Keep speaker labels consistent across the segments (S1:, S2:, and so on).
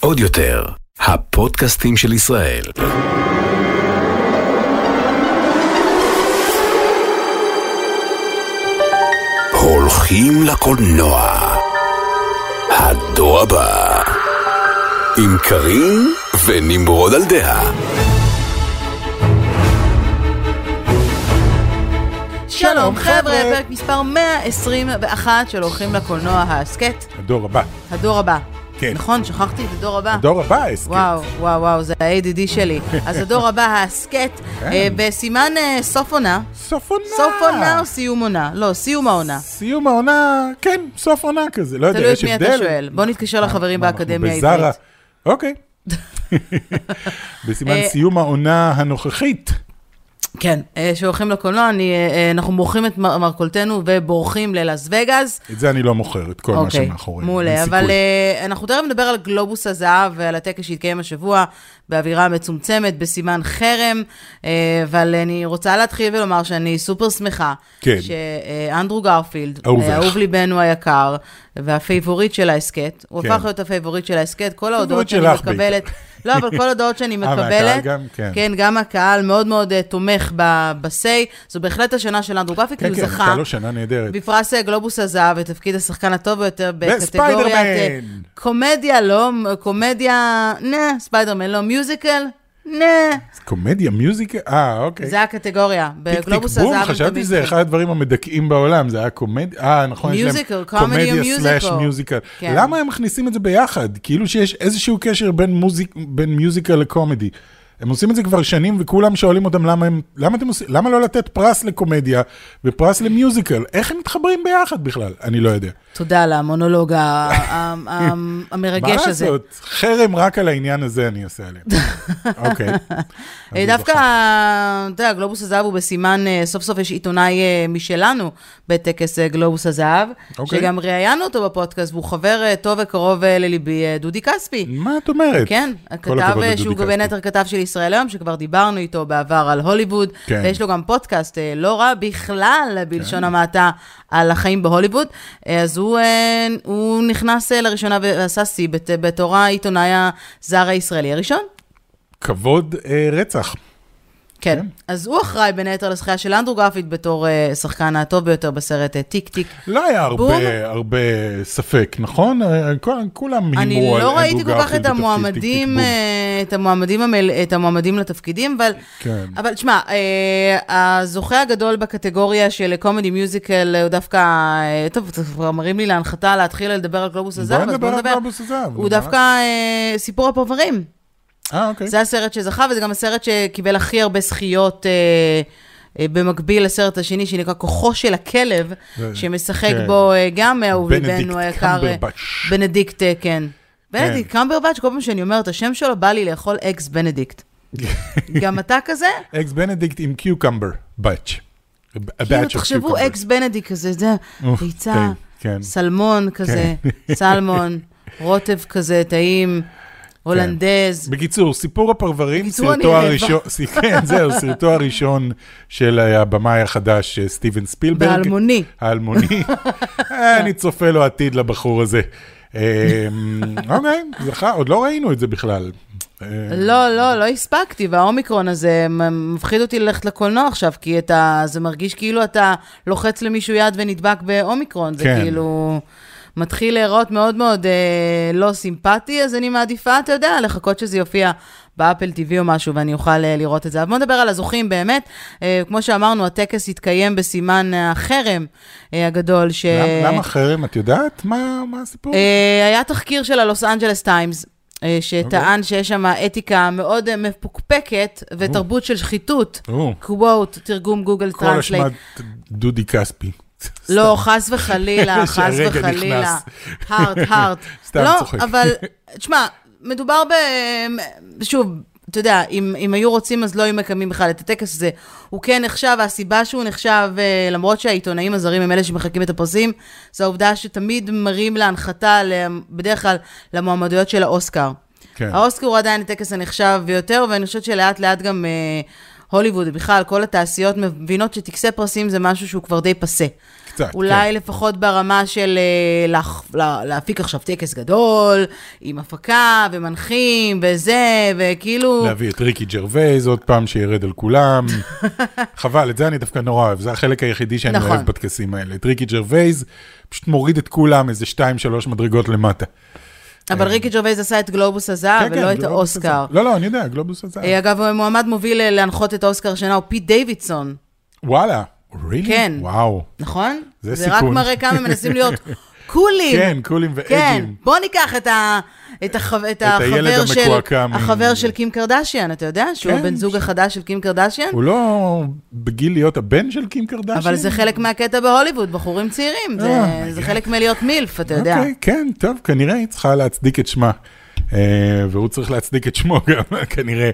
S1: עוד יותר, הפודקאסטים של ישראל. הולכים לקולנוע. הדור הבא. עם קארין ונמרוד על דעה.
S2: שלום חבר'ה, פרק מספר 121 של הולכים לקולנוע ההסכת,
S3: הדור הבא.
S2: הדור הבא.
S3: כן.
S2: נכון, שכחתי את הדור כן. הבא.
S3: הדור הבא, ההסכם.
S2: וואו, וואו, וואו, זה ה-ADD שלי. אז הדור הבא, ההסכת, אה, בסימן אה, סוף עונה.
S3: סוף עונה.
S2: סוף עונה או סיום עונה? לא, סיום העונה.
S3: סיום העונה, כן, סוף עונה כזה. לא יודע,
S2: תלוי את
S3: יש
S2: מי
S3: הבדל. אה,
S2: אתה שואל. בוא נתקשר לחברים
S3: מה, אנחנו
S2: באקדמיה
S3: בזארה.
S2: העברית.
S3: אוקיי. בסימן
S2: אה,
S3: סיום העונה הנוכחית.
S2: כן, אה, שהולכים לקולנוע, אני, אה, אה, אנחנו מוכרים את מ- מרכולתנו ובורחים ללאס וגאס.
S3: את זה אני לא מוכר, את כל מה
S2: אוקיי,
S3: שמאחורי.
S2: מעולה, אבל uh, אנחנו תכף נדבר על גלובוס הזהב ועל הטקס שהתקיים השבוע באווירה מצומצמת, בסימן חרם, uh, אבל אני רוצה להתחיל ולומר שאני סופר שמחה,
S3: כן.
S2: שאנדרו גרפילד,
S3: אהובך.
S2: אה, אהוב ליבנו היקר, והפייבוריט של ההסכת, הוא
S3: כן.
S2: הפך להיות הפייבוריט של ההסכת, כל ההודעות
S3: הפייבוריט
S2: שאני
S3: שלך
S2: מקבלת, לא, אבל כל ההודעות שאני
S3: אה, והקהל
S2: מקבלת,
S3: גם? כן.
S2: כן, גם הקהל מאוד מאוד אה, תומך ב- בסיי, זו בהחלט השנה של אנדרו גרפילד, כי
S3: כן,
S2: הוא
S3: כן,
S2: זכה.
S3: הייתה לו שנה נהדרת.
S2: בפרס אה, גלובוס הזהב לתפקיד השחקן הטוב ביותר בקטגוריית...
S3: וספיידרמן.
S2: אה, קומדיה, לא, קומדיה, נה, ספיידרמן, לא, מיוזיקל, נה.
S3: קומדיה, מיוזיקל, אה, אוקיי.
S2: זה הקטגוריה,
S3: טיק,
S2: בגלובוס
S3: טיק,
S2: הזהב.
S3: בום,
S2: הם
S3: חשבתי
S2: תמיד-
S3: שזה אחד הדברים המדכאים בעולם, זה היה קומדיה, אה, נכון,
S2: Musical,
S3: יש להם
S2: comedy or
S3: קומדיה סלאש
S2: musical.
S3: מיוזיקל.
S2: כן.
S3: למה הם מכניסים את זה ביחד? כאילו שיש איזשהו קשר בין מוזיק- בין מיוזיקל לקומדי. הם עושים את זה כבר שנים, וכולם שואלים אותם למה הם, למה אתם עושים, למה לא לתת פרס לקומדיה ופרס למיוזיקל? איך הם מתחברים ביחד בכלל? אני לא יודע.
S2: תודה על המונולוג ה- ה- ה-
S3: מה
S2: המרגש הזה.
S3: לעשות? חרם רק על העניין הזה אני אעשה עליהם. אוקיי.
S2: אה,
S3: אני
S2: דווקא,
S3: זוכר.
S2: אתה יודע, גלובוס הזהב הוא בסימן, אה, סוף סוף יש עיתונאי אה, משלנו בטקס אה, גלובוס הזהב,
S3: אוקיי.
S2: שגם ראיינו אותו בפודקאסט, והוא חבר אה, טוב וקרוב אה, לליבי, אה, דודי כספי.
S3: מה את אומרת?
S2: כן,
S3: כל
S2: הכתב
S3: הכבוד
S2: אה,
S3: לדודי
S2: שהוא גם בין
S3: כספי.
S2: היתר כתב של ישראל היום, שכבר דיברנו איתו בעבר על הוליווד,
S3: כן.
S2: ויש לו גם פודקאסט אה, לא רע בכלל, אה, בלשון המעטה, על החיים בהוליווד. אה, אז הוא, אה, הוא נכנס אה, לראשונה ועשה שיא בת- אה, בתור העיתונאי הזר הישראלי הראשון.
S3: כבוד אה, רצח.
S2: כן.
S3: כן.
S2: אז הוא אחראי בין היתר לזכייה של אנדרו גרפית בתור אה, השחקן הטוב ביותר בסרט אה, טיק טיק.
S3: לא היה
S2: בום.
S3: הרבה, הרבה ספק, נכון? אה, כל- כולם הימו על
S2: אני
S3: אנדרו
S2: לא ראיתי כל כך
S3: גרפילד
S2: את
S3: בתפקיד
S2: המועמדים,
S3: טיק-טיק-בום.
S2: אה, את המועמדים, המל- את המועמדים לתפקידים, אבל...
S3: כן.
S2: אבל תשמע, אה, הזוכה הגדול בקטגוריה של קומדי מיוזיקל הוא דווקא... אה, טוב, זה כבר מרים לי להנחתה להתחיל לדבר על גלובוס הזהב, אז
S3: נדבר
S2: בואו
S3: על
S2: נדבר.
S3: גלובוס הזהב, נו,
S2: הוא
S3: מה?
S2: דווקא אה, סיפור הפרברים.
S3: אה, אוקיי.
S2: זה הסרט שזכה, וזה גם הסרט שקיבל הכי הרבה זכיות אה, אה, במקביל לסרט השני, שנקרא כוחו של הכלב,
S3: זה-
S2: שמשחק
S3: כן.
S2: בו אה, גם אהוב
S3: בנדיקט
S2: ליבנו היקר. אה,
S3: קמברבץ'.
S2: בנדיקט, אה, כן. בנדיקט קמברבץ', כל פעם שאני אומרת, השם שלו בא לי לאכול אקס בנדיקט. גם אתה כזה?
S3: אקס בנדיקט עם קיוקמבר, באץ'.
S2: כאילו, תחשבו, אקס בנדיקט כזה, זה
S3: אוף,
S2: ביצה,
S3: טעים, כן.
S2: סלמון כזה, סלמון, רוטב כזה, טעים,
S3: כן.
S2: הולנדז.
S3: בקיצור, סיפור הפרברים,
S2: בקיצור, אני
S3: סרטו
S2: רעבה.
S3: הראשון, ס- כן, זהו, סרטו הראשון של הבמאי החדש, אה, סטיבן ספילברג.
S2: באלמוני.
S3: האלמוני. אה, אני צופה לו עתיד לבחור הזה. אה, אוקיי, זכה, עוד לא ראינו את זה בכלל. אה,
S2: לא, לא, לא הספקתי, והאומיקרון הזה מ- מפחיד אותי ללכת לקולנוע עכשיו, כי אתה, זה מרגיש כאילו אתה לוחץ למישהו יד ונדבק באומיקרון, זה
S3: כן.
S2: כאילו מתחיל להיראות מאוד מאוד אה, לא סימפטי, אז אני מעדיפה, אתה יודע, לחכות שזה יופיע באפל TV או משהו, ואני אוכל אה, לראות את זה. אבל בוא נדבר על הזוכים באמת. אה, כמו שאמרנו, הטקס התקיים בסימן החרם אה, הגדול, ש...
S3: למ- למה חרם? את יודעת מה מה הסיפור?
S2: אה, היה תחקיר של הלוס אנג'לס טיימס, אה,
S3: אוקיי.
S2: שטען שיש שם אתיקה מאוד אה, מפוקפקת ותרבות של שחיתות.
S3: או.
S2: קוואט, תרגום גוגל
S3: כל
S2: טרנסלייט.
S3: אשמת דודי כספי.
S2: לא, חס וחלילה, חס
S3: שהרגע
S2: וחלילה.
S3: נכנס.
S2: הארט, הארט.
S3: סתם
S2: לא,
S3: צוחק.
S2: אבל, תשמע, מדובר ב... שוב, אתה יודע, אם, אם היו רוצים אז לא היו מקיימים בכלל את הטקס הזה. הוא כן נחשב, הסיבה שהוא נחשב, אה, למרות שהעיתונאים הזרים הם אלה שמחלקים את הפרסים, זה העובדה שתמיד מראים להנחתה, ל- בדרך כלל, למועמדויות של האוסקר.
S3: כן.
S2: האוסקר הוא עדיין הטקס הנחשב ביותר, ואני חושבת שלאט לאט גם אה, הוליווד, בכלל, כל התעשיות מבינות שטקסי פרסים זה משהו שהוא כבר די פסה.
S3: קצת,
S2: אולי
S3: כן.
S2: לפחות ברמה של אה, לח- לה- להפיק עכשיו טקס גדול, עם הפקה ומנחים וזה, וכאילו...
S3: להביא את ריקי ג'רווייז עוד פעם, שירד על כולם. חבל, את זה אני דווקא נורא אוהב, זה החלק היחידי שאני
S2: נכון.
S3: אוהב בטקסים האלה. את ריקי ג'רווייז, פשוט מוריד את כולם איזה 2-3 מדרגות למטה.
S2: אבל ריקי ג'רווייז עשה את גלובוס הזהב
S3: כן, כן,
S2: אה, ולא את
S3: גלובוס
S2: האוסקר.
S3: הזה. לא, לא, אני יודע, גלובוס הזה.
S2: אה, אגב, מועמד מוביל אה, להנחות את האוסקר השנה הוא פיט דיווידסון,
S3: וואלה, really?
S2: כן.
S3: וואו.
S2: נכון?
S3: זה
S2: זה רק
S3: סיכון.
S2: מראה כמה מנסים להיות קולים.
S3: כן, קולים
S2: כן,
S3: ואג'ים.
S2: בוא ניקח את, ה, את, החו, את, החבר,
S3: הילד
S2: של,
S3: המקועקע מ-
S2: החבר של קים קרדשיאן, אתה יודע? שהוא
S3: כן.
S2: הבן זוג החדש של קים קרדשיאן?
S3: הוא לא בגיל להיות הבן של קים קרדשי?
S2: אבל זה חלק מהקטע בהוליווד, בחורים צעירים. זה,
S3: אה,
S2: זה חלק מלהיות מילף, אתה יודע.
S3: אוקיי, כן, טוב, כנראה היא צריכה להצדיק את שמה. אה, והוא צריך להצדיק את שמו גם, כנראה.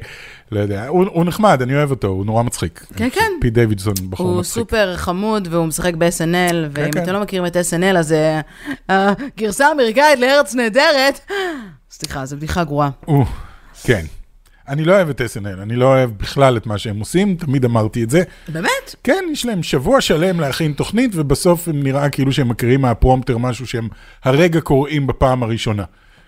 S3: לא יודע, הוא, הוא נחמד, אני אוהב אותו, הוא נורא מצחיק.
S2: כן, כן.
S3: פי דיווידסון, בחור
S2: הוא
S3: מצחיק.
S2: סופר חמוד והוא משחק ב-SNL, ואם
S3: כן.
S2: אתם לא מכירים את SNL, אז זה הגרסה האמריקאית לארץ נהדרת. סליחה, זו בדיחה גרועה.
S3: הוא, כן. אני לא אוהב את SNL, אני לא אוהב בכלל את מה שהם עושים, תמיד אמרתי את זה.
S2: באמת?
S3: כן, יש להם שבוע שלם להכין תוכנית, ובסוף הם נראה כאילו שהם מקריאים מהפרומטר משהו שהם הרגע קוראים בפעם הראשונה.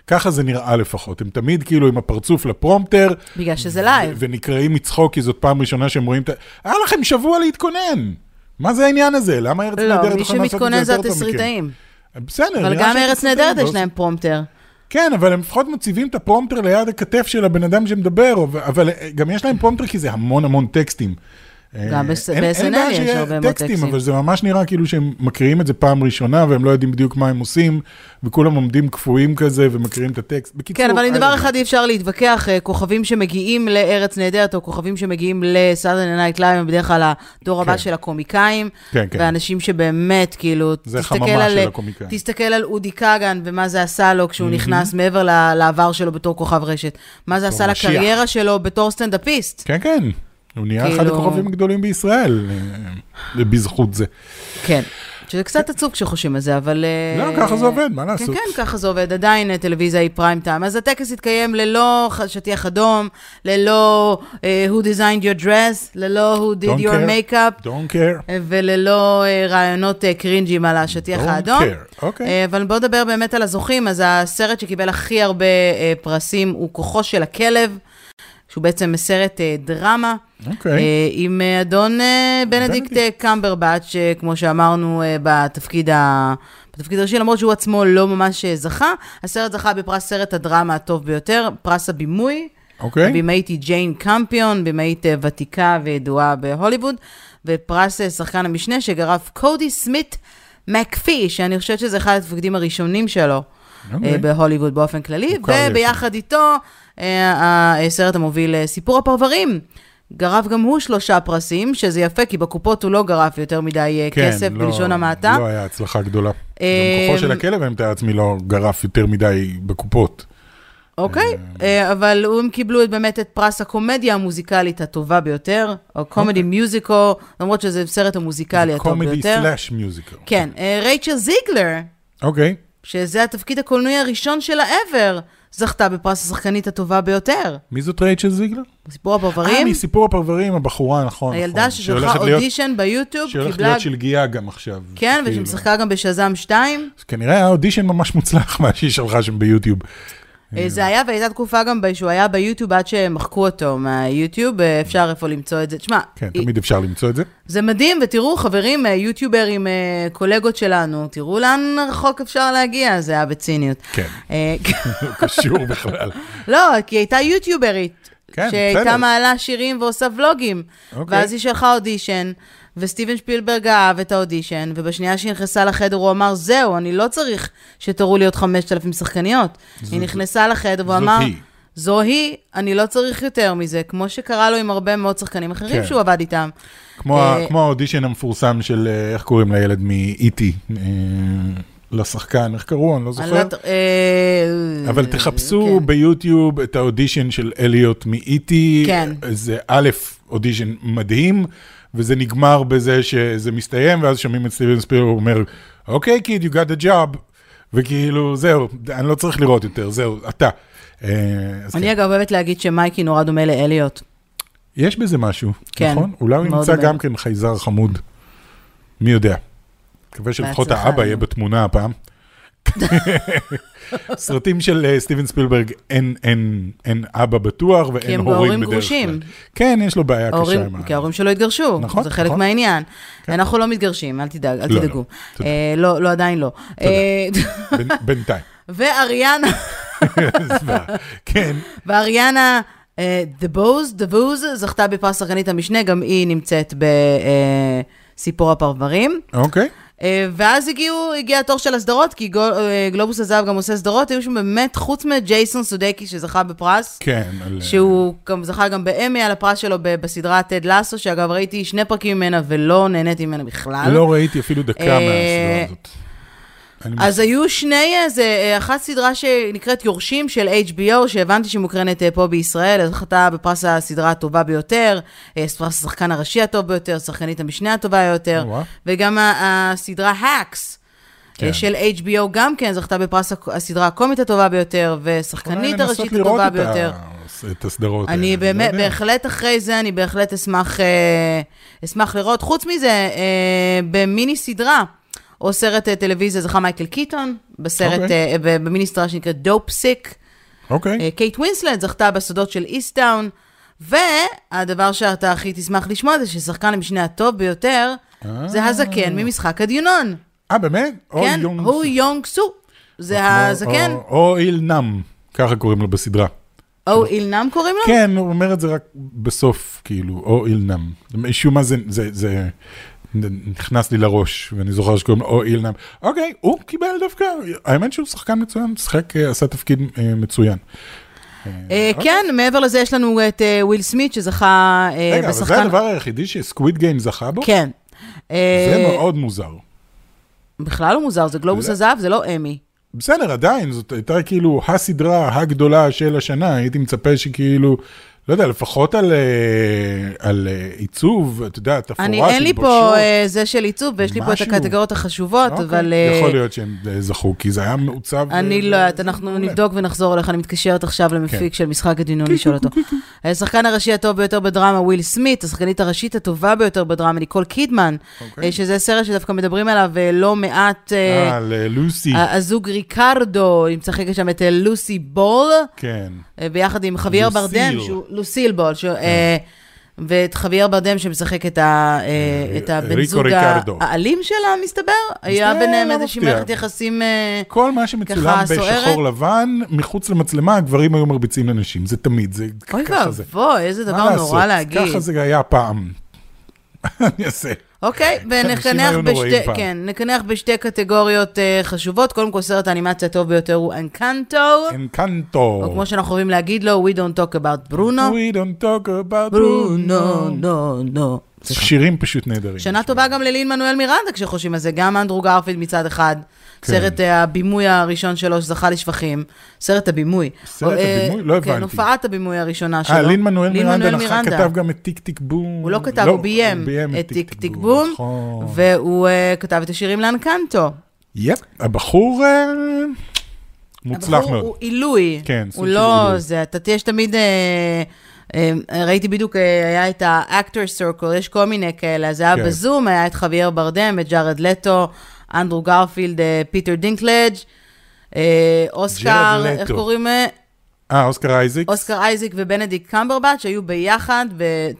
S3: ככה זה נראה לפחות, הם תמיד כאילו עם הפרצוף לפרומטר,
S2: בגלל שזה לייב.
S3: ונקרעים מצחוק, כי זאת פעם ראשונה שהם רואים את ה... היה לכם שבוע להתכונן! מה זה העניין הזה? למה ארץ נהדרת
S2: לא, מי
S3: יכולים לעשות את
S2: שמתכונן זה
S3: יותר טוב מכם? אה,
S2: התסריטאים.
S3: בסדר,
S2: אבל
S3: נראה
S2: גם
S3: שהם
S2: ארץ
S3: תסריטאים,
S2: נהדרת
S3: לא
S2: יש להם פרומטר.
S3: כן, אבל הם לפחות מציבים את הפרומטר ליד הכתף של הבן אדם שמדבר, אבל- אבל אה, גם יש להם פרומטר כי זה המון המון טקסטים. אה,
S2: גם בס-
S3: אין- אין
S2: ב-SNL
S3: בעיה
S2: יש
S3: שיהיה
S2: הרבה מאוד טקסטים.
S3: אבל זה ממש נראה כאילו שהם מקריאים את זה פעם ראשונה, והם לא יודעים בדיוק מה הם עושים, וכולם עומדים קפואים כזה ומקריאים את הטקסט. בקיצור, אה,
S2: כן, אבל עם
S3: I
S2: דבר
S3: don't know.
S2: אחד אי אפשר להתווכח, אה, כוכבים שמגיעים לארץ נהדרת, או כוכבים שמגיעים לסאדרני נייט לייב, הם בדרך כלל הדור הבא
S3: כן.
S2: של הקומיקאים.
S3: כן, כן.
S2: ואנשים שבאמת, כאילו,
S3: זה
S2: תסתכל
S3: חממה
S2: על...
S3: של הקומיקאים.
S2: תסתכל על אודי כגן ומה זה עשה לו כשהוא נכנס מעבר ל- לעבר שלו בתור כוכב רשת. מה זה עשה
S3: משיח.
S2: לקריירה שלו בתור סטנדאפיסט.
S3: כן, כן. הוא נהיה אחד
S2: כאילו-
S3: הכוכבים הגדולים בישראל, אה, בזכות זה.
S2: כן. שזה קצת עצוב כשחושבים על זה, אבל... אה,
S3: לא, ככה זה עובד, מה
S2: כן,
S3: לעשות?
S2: כן, ככה זה עובד, עדיין אה, טלוויזיה היא פריים טיים. אז הטקס התקיים ללא ח- שטיח אדום, ללא אה, who designed your dress, ללא who did
S3: Don't
S2: your
S3: care.
S2: makeup,
S3: Don't care.
S2: אה, וללא אה, רעיונות אה, קרינג'ים על השטיח
S3: Don't
S2: האדום.
S3: care, אוקיי.
S2: אה, אבל בואו נדבר באמת על הזוכים. אז הסרט שקיבל הכי הרבה אה, פרסים הוא כוחו של הכלב, שהוא בעצם סרט אה, דרמה.
S3: אוקיי.
S2: אה, עם אה, אדון אה, בנדיקט אה, קמברבץ', שכמו שאמרנו, אה, בתפקיד ה... בתפקיד הראשי, למרות שהוא עצמו לא ממש אה, זכה. הסרט זכה בפרס סרט הדרמה הטוב ביותר, פרס הבימוי.
S3: אוקיי.
S2: הבמאית היא ג'יין קמפיון, במאית אה, ותיקה וידועה בהוליווד, ופרס אה, שחקן המשנה שגרף קודי סמית מקפי, שאני חושבת שזה אחד התפקידים הראשונים שלו אה,
S3: אוקיי.
S2: בהוליווד באופן כללי,
S3: מוכר לי
S2: וביחד איתו אה, הסרט המוביל אה, סיפור הפרברים. גרף גם הוא שלושה פרסים, שזה יפה, כי בקופות הוא לא גרף יותר מדי אה,
S3: כן,
S2: כסף,
S3: לא-
S2: בלשון המעטה.
S3: לא היה הצלחה גדולה. גם
S2: אה,
S3: כוחו של הכלב, אני מתאר לעצמי, לא גרף יותר מדי בקופות.
S2: אוקיי, אה, אבל הם קיבלו את- באמת את פרס הקומדיה המוזיקלית הטובה ביותר, או קומדי מיוזיקו, למרות שזה סרט המוזיקלי הטוב
S3: אוקיי. קומדי
S2: ביותר.
S3: סלאש מיוזיקל.
S2: כן, אה, רייצ'ל זיגלר,
S3: אוקיי.
S2: שזה התפקיד הקולנועי הראשון שלה ever, זכתה בפרס השחקנית הטובה ביותר.
S3: מי זאת רייצ'ל זיגלר?
S2: סיפור
S3: אה,
S2: הפרברים,
S3: מסיפור הפרברים, הבחורה, נכון. נכון,
S2: הילדה שזכה
S3: שהולכת להיות-
S2: אודישן ביוטיוב,
S3: שהולכת
S2: קיבלה,
S3: להיות שלגיה גם עכשיו.
S2: כן,
S3: כאילו.
S2: ושמשחקה גם בשזאם 2.
S3: אז כנראה היה אודישן ממש מוצלח מה שהיא שלחה שם ביוטיוב. כן.
S2: אה, זה היה, והייתה תקופה גם ב- שהוא היה ביוטיוב עד שמחקו אותו מהיוטיוב, אה, אפשר איפה למצוא את זה. תשמע,
S3: כן,
S2: היא-
S3: תמיד אפשר למצוא את זה.
S2: זה מדהים, ותראו, חברים, אה, יוטיוברים, אה, קולגות שלנו, תראו לאן רחוק אפשר להגיע, זה היה בציניות.
S3: כן.
S2: אה,
S3: לא קשור בכלל.
S2: לא, כי היא הייתה יוטיוברית.
S3: כן,
S2: שהייתה
S3: בסדר.
S2: מעלה שירים ועושה ולוגים.
S3: אוקיי.
S2: ואז היא שלחה אודישן, וסטיבן שפילברג אהב את האודישן, ובשנייה שהיא נכנסה לחדר הוא אמר, זהו, אני לא צריך שתראו לי עוד 5,000 שחקניות. היא נכנסה לחדר והוא
S3: זאת
S2: אמר,
S3: היא.
S2: זו היא, אני לא צריך יותר מזה, כמו שקרה לו עם הרבה מאוד שחקנים אחרים
S3: כן.
S2: שהוא עבד איתם.
S3: כמו
S2: אה,
S3: ה- כמו האודישן המפורסם של, אה, איך קוראים לילד מ-E.T. אה, לשחקן, איך קראו? אני לא
S2: אני
S3: זוכר.
S2: לא ת- אה,
S3: אבל תחפשו
S2: כן.
S3: ביוטיוב את האודישן של אליוט מ-E.T.
S2: כן.
S3: זה א', אודישן מדהים, וזה נגמר בזה שזה מסתיים, ואז שומעים את סטיבן ספיר, הוא אומר, אוקיי, קיד, you got the job. וכאילו, זהו, אני לא צריך לראות יותר, זהו, אתה. אה, אז כן.
S2: אני אגב אוהבת להגיד שמייקי נורא דומה לאליוט.
S3: יש בזה משהו,
S2: כן,
S3: נכון? אולי הוא
S2: מאוד
S3: נמצא
S2: מאוד.
S3: גם כן חייזר חמוד. מי יודע. מקווה שלפחות
S2: בהצלחה, אה.
S3: האבא
S2: נו.
S3: יהיה בתמונה הפעם. סרטים של אה, סטיבן ספילברג, אין- אין אין אבא בטוח ואין
S2: הם
S3: הורים
S2: בהורים
S3: בדרך כלל.
S2: גרושים.
S3: כן, יש לו בעיה קשה
S2: ההורים,
S3: עם ה...
S2: כי ההורים שלו התגרשו,
S3: נכון,
S2: זה חלק
S3: נכון.
S2: מהעניין. אנחנו לא מתגרשים, אל תדאג, אל
S3: לא,
S2: תדאגו.
S3: לא, תודה.
S2: אה, לא, לא, עדיין לא. אה,
S3: בין- בינתיים.
S2: ואריאנה,
S3: זוועה. כן,
S2: ואריאנה אה, דבוז, דבוז, זכתה בפרס שחקנית המשנה, גם היא נמצאת בסיפור הפרברים.
S3: אוקיי.
S2: אה, ואז הגיעו, הגיע התור של הסדרות, כי גול- אה, גלובוס הזהב גם עושה סדרות, היו שם באמת, חוץ מג'ייסון סודקי שזכה בפרס,
S3: כן. על-
S2: שהוא גם זכה גם באמי על הפרס שלו ב- בסדרה טד לסו, שאגב ראיתי שני פרקים ממנה ולא נהניתי ממנה בכלל.
S3: לא ראיתי אפילו דקה
S2: אה,
S3: מהסדרה הזאת. אני
S2: אז היו שני, אה, זה אה, אחת סדרה שנקראת יורשים של HBO, שהבנתי שמוקרנת אה, פה בישראל, אז זכתה בפרס הסדרה הטובה ביותר, אה, פרס השחקן הראשי הטוב ביותר, שחקנית המשנה הטובה יותר,
S3: וואו.
S2: וגם ה- הסדרה האקס.
S3: כן.
S2: של HBO גם כן, זכתה בפרס הק- הסדרה הקומית הטובה ביותר,
S3: אולי
S2: ושחקנית
S3: לנסות
S2: הראשית
S3: לראות
S2: הטובה
S3: את ה-
S2: ביותר.
S3: את הסדרות האלה,
S2: אני
S3: לא
S2: באמת,
S3: יודע.
S2: בהחלט אחרי זה, אני בהחלט אשמח, אה, אשמח לראות. חוץ מזה, אה, במיני סדרה, או סרט אה, טלוויזיה, זכה מייקל קיטון, בסרט,
S3: אוקיי.
S2: אה, ב- במיני סדרה שנקראת דופ סיק.
S3: אוקיי.
S2: קייט ווינסלנד זכתה בסודות של איסטאון, והדבר שאתה הכי תשמח לשמוע זה ששחקן המשנה הטוב ביותר, זה הזקן ממשחק הדיונון.
S3: אה, באמת? אה. או
S2: כן,
S3: יונג-
S2: הוא יונג סו. זה כן.
S3: או-
S2: הזקן,
S3: או- או איל נאם, ככה קוראים לו בסדרה.
S2: או אילנם קוראים לו?
S3: כן, הוא אומר את זה רק בסוף, כאילו, או איל נאם. משום מה זה- זה זה נכנס לי לראש, ואני זוכר שקוראים לו או איל נאם. אוקיי, הוא קיבל דווקא, האמת שהוא שחקן מצוין, שחק, אה, עשה תפקיד אה, מצוין.
S2: אה, כן, מעבר לזה יש לנו את אה, וויל סמית שזכה אה, בשחקן...
S3: רגע, אבל זה הדבר היחידי שסקוויד גיים זכה בו?
S2: כן. אה,
S3: זה מאוד מוזר.
S2: בכלל לא מוזר, זה גלובוס
S3: לא.
S2: הזהב, זה לא אמי.
S3: בסדר, עדיין, זאת הייתה כאילו הסדרה הגדולה של השנה, הייתי מצפה שכאילו, לא יודע, לפחות על, אה, על אה, עיצוב, אתה יודע, תפאורה,
S2: אני, אין לי פה
S3: תלבושות.
S2: אה, זה של עיצוב, ויש לי פה את
S3: משהו.
S2: הקטגוריות החשובות,
S3: אוקיי,
S2: אבל... אה,
S3: יכול להיות שהם אה, זכו, כי זה היה מעוצב.
S2: אני
S3: אה,
S2: לא יודעת, אנחנו
S3: מעולה. כן.
S2: נבדוק ונחזור אליך, אני מתקשרת עכשיו למפיק של משחק הדינון לשאול אותו. אה, השחקן הראשי הטוב ביותר בדרמה, וויל סמית, השחקנית הראשית הטובה ביותר בדרמה, ניקול קידמן,
S3: אוקיי.
S2: אה, שזה סרט שדווקא מדברים עליו אה, לא מעט, אה,
S3: אה, ללוסי,
S2: ה- הזוג ריקרדו, היא משחקת שם את אה, לוסי בול,
S3: כן.
S2: אה, ביחד עם חווייר
S3: לוסיל. כן.
S2: ברדם, שהוא, לוסיל בול, שהוא, אה, ואת חווייר ברדם שמשחק את, ה, אה, את הבן
S3: ריקו
S2: זוג
S3: ריקרדו.
S2: האלים שלה, מסתבר? היה
S3: זה
S2: ביניהם
S3: לא
S2: איזושהי
S3: מפתיע.
S2: מערכת יחסים... אה,
S3: כל מה שמצולם
S2: ככה סוערת.
S3: בשחור לבן, מחוץ למצלמה, הגברים היו מרביצים לנשים, זה תמיד, זה
S2: אוי
S3: ככה זה.
S2: ואבוי, איזה
S3: מה
S2: דבר
S3: לעשות?
S2: נורא להגיד.
S3: ככה זה היה פעם. אני אעשה.
S2: אוקיי, ונקנח
S3: היו נוראים
S2: בשתי,
S3: פעם.
S2: כן, נקנח בשתי קטגוריות אה, חשובות. קודם כל, סרט האנימציה הטוב ביותר הוא אנקנטו,
S3: אנקנטו.
S2: או כמו שאנחנו אוהבים להגיד לו, We don't talk about Bruno.
S3: We don't talk about
S2: ברונו,
S3: Bruno.
S2: נו, נו.
S3: שירים פשוט נהדרים.
S2: שנה טובה גם ללין מנואל מירנדה כשחושבים על זה, גם אנדרו גרפילד מצד אחד,
S3: כן.
S2: סרט אה, הבימוי הראשון שלו שזכה לשבחים, סרט הבימוי.
S3: סרט
S2: או, אה,
S3: הבימוי? לא
S2: כן,
S3: הבנתי.
S2: הופעת הבימוי הראשונה שלו.
S3: אה, לין מנואל מירנדה
S2: מנואל
S3: נכון,
S2: מירנדה.
S3: כתב גם את טיק טיק בום.
S2: הוא לא כתב, הוא ביים את טיק טיק בום,
S3: נכון.
S2: והוא אה, כתב את השירים לאנקנטו.
S3: יפ, הבחור אה, מוצלח
S2: הבחור
S3: מאוד.
S2: הוא עילוי.
S3: כן, סוג
S2: הוא
S3: של
S2: לא
S3: עילוי.
S2: זה, אתה יש תמיד... אה, אה, ראיתי בדיוק, אה, היה את ה-Actor Circle, יש כל מיני כאלה, אז זה היה
S3: כן.
S2: בזום, היה את חוויאר ברדם, את ג'ארד לטו, אנדרו גרפילד, אה, פיטר דינקלג', אה, אוסקר,
S3: ג'ארד
S2: איך
S3: לטו.
S2: קוראים? אה,
S3: אה, אוסקר אייזיק.
S2: אוסקר אייזיק ובנדיק קמברבט, שהיו ביחד,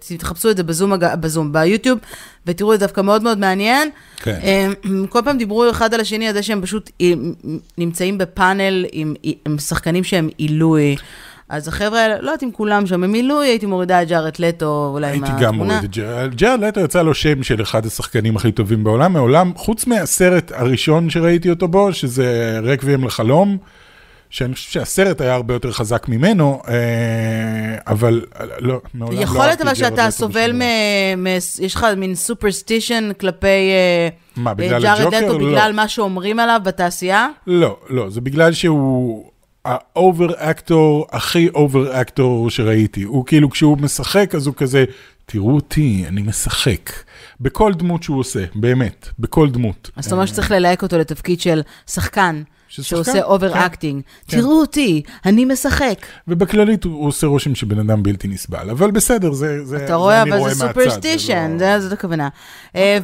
S2: ותחפשו את זה בזום, אג- בזום, ביוטיוב, ותראו, זה דווקא מאוד מאוד מעניין.
S3: כן.
S2: אה, כל פעם דיברו אחד על השני על זה שהם פשוט אה, נמצאים בפאנל עם, עם שחקנים שהם עילוי. אז החבר'ה האלה, לא יודעת אם כולם שם הם עילוי, הייתי מורידה את ג'ארט לטו, אולי עם
S3: הייתי
S2: התמונה.
S3: גם מוריד את ג'רד. ג'רד לטו יצא לו שם של אחד השחקנים הכי טובים בעולם, מעולם, חוץ מהסרט הראשון שראיתי אותו בו, שזה רקבים לחלום, שאני חושב שהסרט היה הרבה יותר חזק ממנו, אה, אבל אה, לא, מעולם לא
S2: יכול להיות
S3: אהבתי
S2: אבל
S3: את ג'רד
S2: שאתה
S3: לטו
S2: סובל
S3: בשום
S2: מ...
S3: דבר.
S2: מ- יש לך מין סופרסטישן כלפי אה,
S3: מה,
S2: אה,
S3: בגלל
S2: ג'ארד
S3: הג'וקר?
S2: לטו,
S3: לא.
S2: בגלל מה שאומרים עליו בתעשייה?
S3: לא, לא, זה בגלל שהוא האובר אקטור, הכי אובר אקטור שראיתי. הוא כאילו, כשהוא משחק, אז הוא כזה, תראו אותי, אני משחק. בכל דמות שהוא עושה, באמת, בכל דמות.
S2: אז אתה אומר שצריך ללהק אותו לתפקיד של שחקן, שעושה אובר
S3: כן.
S2: אקטינג. תראו אותי, אני משחק.
S3: ובכללית הוא הוא עושה רושם שבן אדם בלתי נסבל, אבל בסדר, זה, זה,
S2: אתה
S3: זה
S2: רואה,
S3: אני
S2: אבל
S3: רואה
S2: זה
S3: מהצד. זה
S2: סופרסטישן,
S3: לא- אוקיי.
S2: זאת הכוונה. אה,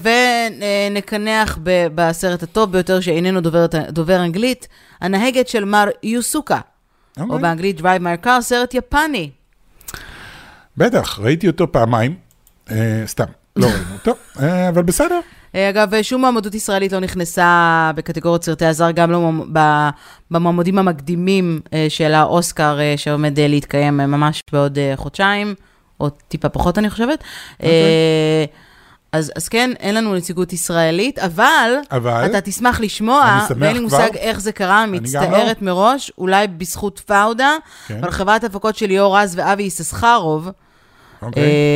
S2: ונקנח בסרט הטוב ביותר שאיננו דוברת- דובר אנגלית, הנהגת של מר יוסוקה, או
S3: אוקיי.
S2: באנגלית Drive My Car, סרט יפני.
S3: בטח, ראיתי אותו פעמיים, אה, סתם, לא ראינו אותו, אה, אבל בסדר.
S2: אה, אגב, שום מועמדות ישראלית לא נכנסה בקטגוריית סרטי הזר, גם לא מועמ- ב- במועמדים המקדימים אה, של האוסקר אה, שעומד אה, להתקיים אה, ממש בעוד אה, חודשיים, או טיפה פחות, אני חושבת.
S3: אוקיי.
S2: אה, אז, אז כן, אין לנו נציגות ישראלית, אבל,
S3: אבל?
S2: אתה תשמח לשמוע,
S3: אני שמח
S2: ואין לי מושג
S3: כבר.
S2: איך זה קרה,
S3: גם לא.
S2: מצטערת מראש, אולי בזכות פאודה,
S3: כן.
S2: אבל חברת הפקות של ליאור רז ואבי יששכרוב,
S3: אוקיי.
S2: אה,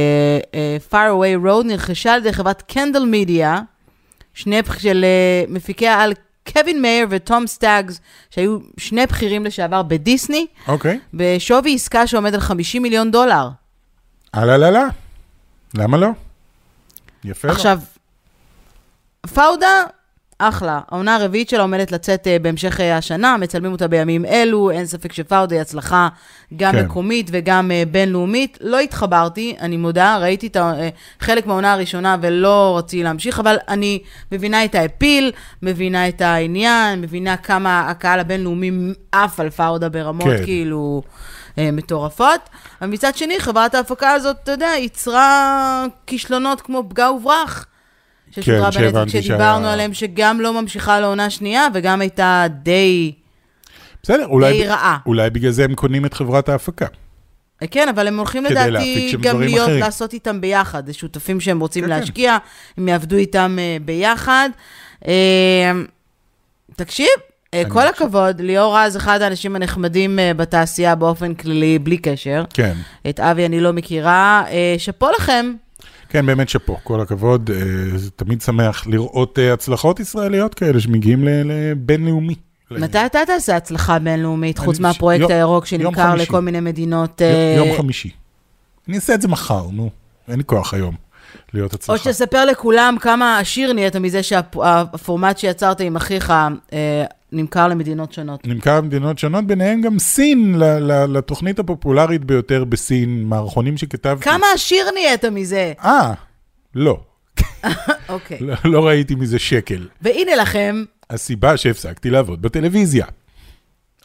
S2: אה, Far Away Road נרכשה על ידי חברת קנדל מידיה, שני בח- של אה, מפיקי העל קווין מאיר וטום סטאגס, שהיו שני בכירים לשעבר בדיסני,
S3: אוקיי.
S2: בשווי עסקה שעומד על 50 מיליון דולר.
S3: אהלה לה לה. למה לא? יפה לו.
S2: עכשיו, פאודה, אחלה. העונה הרביעית שלה עומדת לצאת אה, בהמשך אה, השנה, מצלמים אותה בימים אלו, אין ספק שפאודה היא הצלחה גם
S3: כן.
S2: מקומית וגם אה, בינלאומית. לא התחברתי, אני מודה, ראיתי את ה- אה, חלק מהעונה הראשונה ולא רציתי להמשיך, אבל אני מבינה את האפיל, מבינה את העניין, מבינה כמה הקהל הבינלאומי עף על פאודה ברמות,
S3: כן.
S2: כן. כאילו... אה, מטורפות. אבל מצד שני, חברת ההפקה הזאת, אתה יודע, ייצרה כישלונות כמו פגע וברח. ששודרה
S3: כן,
S2: בנטפליקס,
S3: שהבנתי
S2: שדיברנו
S3: שהיה-
S2: עליהם, שגם לא ממשיכה לעונה שנייה, וגם הייתה די...
S3: בסדר, אולי
S2: די
S3: ב-
S2: רעה.
S3: אולי בגלל זה הם קונים את חברת ההפקה.
S2: כן, אבל הם הולכים
S3: כדי
S2: לדעתי
S3: להפיק שם
S2: גם
S3: דברים
S2: להיות,
S3: אחרים.
S2: לעשות איתם ביחד. זה שותפים שהם רוצים
S3: כן, כן.
S2: להשקיע, הם יעבדו איתם אה, ביחד. אה, תקשיב, אה, כל הכבוד, ליאור רז, אחד האנשים הנחמדים אה, בתעשייה באופן כללי, בלי קשר.
S3: כן.
S2: את אבי אני לא מכירה. אה, שאפו לכם.
S3: כן, באמת שאפו, כל הכבוד. אה, זה תמיד שמח לראות אה, הצלחות ישראליות כאלה שמגיעים ל- לבינלאומי.
S2: מתי אתה תעשה הצלחה בינלאומית,
S3: לא אני
S2: חוץ
S3: חושב-
S2: מהפרויקט
S3: יום-
S2: הירוק
S3: יום
S2: שנמכר
S3: חמישי.
S2: לכל מיני מדינות?
S3: י-
S2: אה,
S3: יום חמישי. אני אעשה את זה מחר, נו. אין לי כוח היום להיות
S2: או
S3: הצלחה.
S2: שתספר לכולם כמה עשיר נהיית מזה שהפורמט שיצרת עם אחיך אה, נמכר למדינות שונות.
S3: נמכר במדינות שונות, ביניהן גם סין, ל- ל- לתוכנית הפופולרית ביותר בסין, מערכונים שכתבתי.
S2: כמה עשיר נהיית מזה?
S3: אה, לא.
S2: אוקיי.
S3: לא- לא ראיתי מזה שקל.
S2: והנה לכם,
S3: הסיבה שהפסקתי לעבוד בטלוויזיה.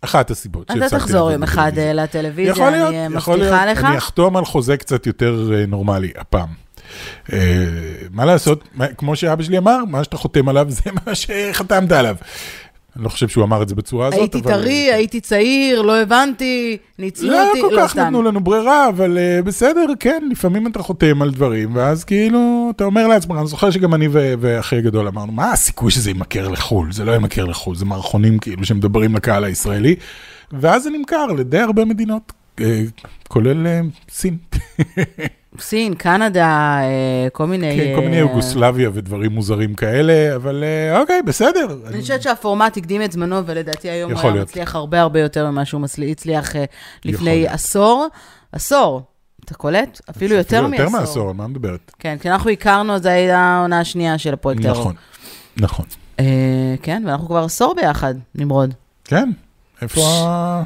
S3: אחת הסיבות
S2: אתה תחזור יום אחד אה, לטלוויזיה,
S3: יכול להיות,
S2: אני אה,
S3: יכול
S2: מבטיחה
S3: להיות.
S2: לך.
S3: אני אחתום על חוזה קצת יותר אה, נורמלי הפעם. אה, מה לעשות, מה- כמו שאבא שלי אמר, מה שאתה חותם עליו זה מה שחתמת עליו. אני לא חושב שהוא אמר את זה בצורה הזאת, אה,
S2: הייתי טרי, הייתי צעיר, לא הבנתי, ניצלו
S3: לא
S2: אותי,
S3: כל
S2: לא
S3: כך
S2: סתם.
S3: נתנו לנו ברירה, אבל אה, בסדר, כן, לפעמים אתה חותם על דברים, ואז כאילו, אתה אומר לעצמך, אני זוכר שגם אני ו- ואחי הגדול אמרנו, מה הסיכוי שזה יימכר לחו"ל? זה לא יימכר לחו"ל, זה מערכונים כאילו שמדברים לקהל הישראלי, ואז זה נמכר לדי הרבה מדינות, אה, כולל אה, סין,
S2: סין, קנדה, אה, כל מיני...
S3: כן, כל מיני
S2: אה,
S3: יוגוסלביה ודברים מוזרים כאלה, אבל אה, אוקיי, בסדר.
S2: אני חושבת שהפורמט הקדים את זמנו, ולדעתי היום הוא
S3: יכול
S2: היה
S3: להיות.
S2: מצליח הרבה הרבה יותר ממה שהוא מצל- הצליח אה, לפני
S3: להיות.
S2: עשור. עשור, אתה קולט? אפילו יותר
S3: יותר
S2: מעשור.
S3: מעשור, על מה מדברת?
S2: כן, כי אנחנו הכרנו, זו הייתה העונה השנייה של הפרויקט הירוק.
S3: נכון, נכון.
S2: אה, כן, ואנחנו כבר עשור ביחד, נמרוד.
S3: כן, איפה ה...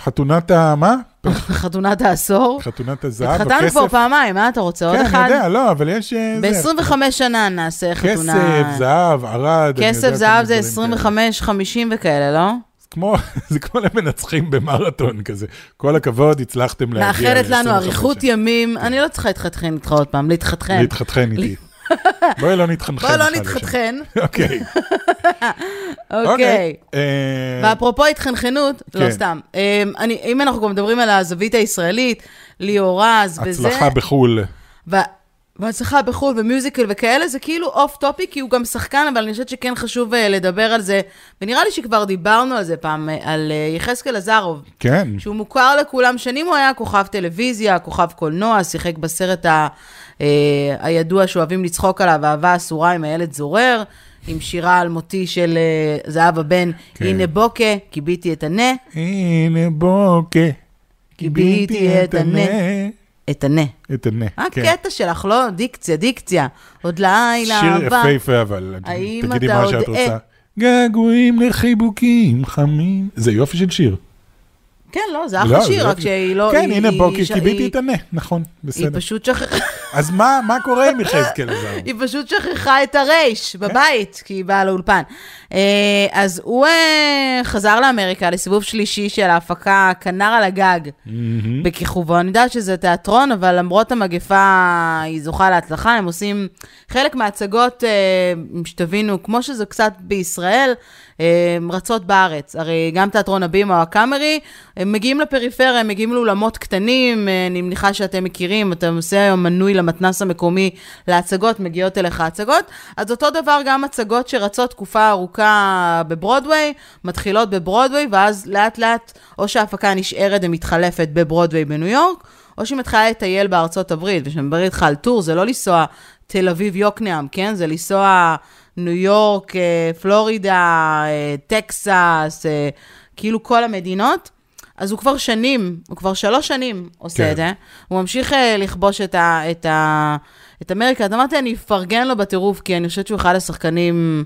S3: חתונת ה... מה?
S2: חתונת העשור.
S3: חתונת הזהב, הכסף.
S2: התחתנו כבר פעמיים, מה אתה רוצה? עוד
S3: כן,
S2: אחד?
S3: אני יודע, לא, אבל יש... אה, זה.
S2: ב-25 שנה נעשה חתונה.
S3: כסף, זהב, ערד. אני
S2: כסף,
S3: יודע
S2: זהב
S3: כמה
S2: זה
S3: דברים כאלה.
S2: 25, 50 וכאלה, לא?
S3: זה כמו- זה כמו למנצחים במרתון כזה. כל הכבוד, הצלחתם להגיע.
S2: מאחלת לנו
S3: ל-25.
S2: אריכות ימים. אני לא צריכה להתחתכן איתך עוד פעם, להתחתכן.
S3: להתחתכן איתי. בואי לא נתחנחן.
S2: בוא לא
S3: אחד
S2: נתחתכן.
S3: לשני. אוקיי.
S2: אוקיי.
S3: אה,
S2: ואפרופו התחנכנות, לא
S3: כן.
S2: סתם. אה, אני- אם אנחנו כבר מדברים על הזווית הישראלית, ליאור רז וזה,
S3: הצלחה בחו"ל.
S2: ו- והצלחה בחו"ל ומיוזיקל וכאלה, זה כאילו אוף טופי, כי הוא גם שחקן, אבל אני חושבת שכן חשוב אה, לדבר על זה. ונראה לי שכבר דיברנו על זה פעם, אה, על אה, יחזקאל עזרוב.
S3: כן.
S2: שהוא מוכר לכולם שנים, הוא היה כוכב טלוויזיה, כוכב קולנוע, שיחק בסרט ה, אה, הידוע שאוהבים לצחוק עליו, אהבה אסורה עם איילת זורר, עם שירה אלמותי של אה, זהבה בן,
S3: כן.
S2: הנה בוקה, כיביתי את הנה,
S3: הנה בוקה, כיביתי את הנה.
S2: את הנה. אה,
S3: את הנה. כן.
S2: הקטע שלך, לא? דיקציה, דיקציה. עוד לילה
S3: שיר
S2: הבא.
S3: יפהפה, אבל
S2: האם
S3: תגידי
S2: אתה
S3: מה
S2: עוד אה?
S3: שאת
S2: ער?
S3: רוצה. געגועים לחיבוקים חמים. זה יופי של שיר.
S2: כן, לא, זה אחלה
S3: לא,
S2: שיר,
S3: זה
S2: רק
S3: לא-
S2: שהיא לא...
S3: כן,
S2: היא-
S3: הנה,
S2: היא-
S3: בוקי,
S2: היא-
S3: כיביתי
S2: היא-
S3: את הנה, נכון,
S2: היא
S3: בסדר.
S2: פשוט שכחה...
S3: אז מה מה קורה עם יחזקאל עזריה?
S2: היא פשוט שכחה את הרייש בבית, כי היא באה לאולפן. אה, אז הוא אה, חזר לאמריקה לסיבוב שלישי של ההפקה כנר על הגג בכיכובו. אני יודעת שזה תיאטרון, אבל למרות המגפה, היא זוכה להצלחה. הם עושים חלק מההצגות, אה, שתבינו, כמו שזה קצת בישראל, אה, רצות בארץ. הרי גם תיאטרון הבימה או הקאמרי, הם מגיעים לפריפריה, הם מגיעים לאולמות קטנים, אה, אני מניחה שאתם מכירים, אתה עושה היום מנוי למתנס המקומי להצגות, מגיעות אליך הצגות. אז אותו דבר גם הצגות שרצות תקופה ארוכה בברודוויי, מתחילות בברודוויי, ואז לאט לאט, או שההפקה נשארת ומתחלפת בברודוויי בניו יורק, או שהיא מתחילה לטייל בארצות הברית, וכשאני מדבר איתך על טור, זה לא לנסוע תל אביב-יוקנעם, כן? זה לנסוע ניו יורק, אה, פלורידה, אה, טקסס, אה, כאילו כל המדינות. אז הוא כבר שנים, הוא כבר שלוש שנים עושה
S3: כן.
S2: את זה. הוא ממשיך אה, לכבוש את, ה, את, ה, את אמריקה. אז אמרתי, אני אפרגן לו בטירוף, כי אני חושבת שהוא אחד השחקנים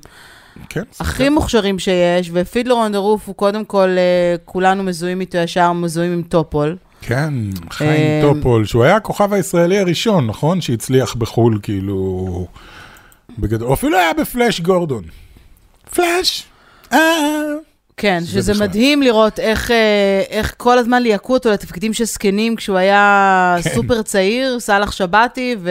S3: כן,
S2: הכי מוכשרים שיש, ופידלר און דה רוף הוא קודם כל, אה, כולנו מזוהים איתו ישר, מזוהים עם טופול.
S3: כן, חיים
S2: אמ,
S3: טופול, שהוא היה הכוכב הישראלי הראשון, נכון? שהצליח בחו"ל, כאילו... בגדול, הוא אפילו היה בפלאש גורדון. פלאש! אה,
S2: כן,
S3: זה
S2: שזה
S3: בכלל.
S2: מדהים לראות איך, אה, איך כל הזמן ליהקו אותו לתפקידים של זקנים כשהוא היה
S3: כן.
S2: סופר צעיר, סאלח שבתי, ו...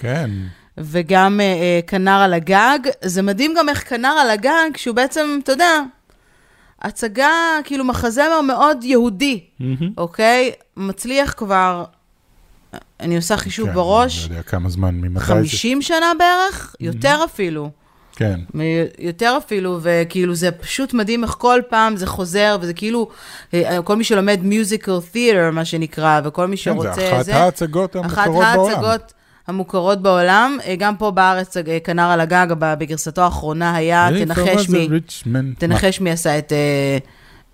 S3: כן.
S2: וגם אה, אה, כנר על הגג. זה מדהים גם איך כנר על הגג, שהוא בעצם, אתה יודע, הצגה, כאילו מחזמר מאוד יהודי,
S3: Hmm?
S2: אוקיי? מצליח כבר, אני עושה חישוב
S3: כן,
S2: בראש,
S3: לא יודע כמה זמן, ממתי זה. Hmm?
S2: 50 שנה בערך, יותר אפילו.
S3: כן.
S2: מ- יותר אפילו, וכאילו זה פשוט מדהים איך כל פעם זה חוזר, וזה כאילו, אה, כל מי שלומד מיוזיקל תיאטר, מה שנקרא, וכל מי
S3: כן,
S2: שרוצה
S3: זה אחת
S2: זה,
S3: ההצגות המקורות
S2: אחת
S3: בעולם.
S2: ההצגות המוכרות בעולם. אה, גם פה בארץ, אה, כנר על הגג, ב- בגרסתו האחרונה היה,
S3: If I
S2: אה, תנחש
S3: was a
S2: מי,
S3: rich man.
S2: תנחש מי עשה את אה,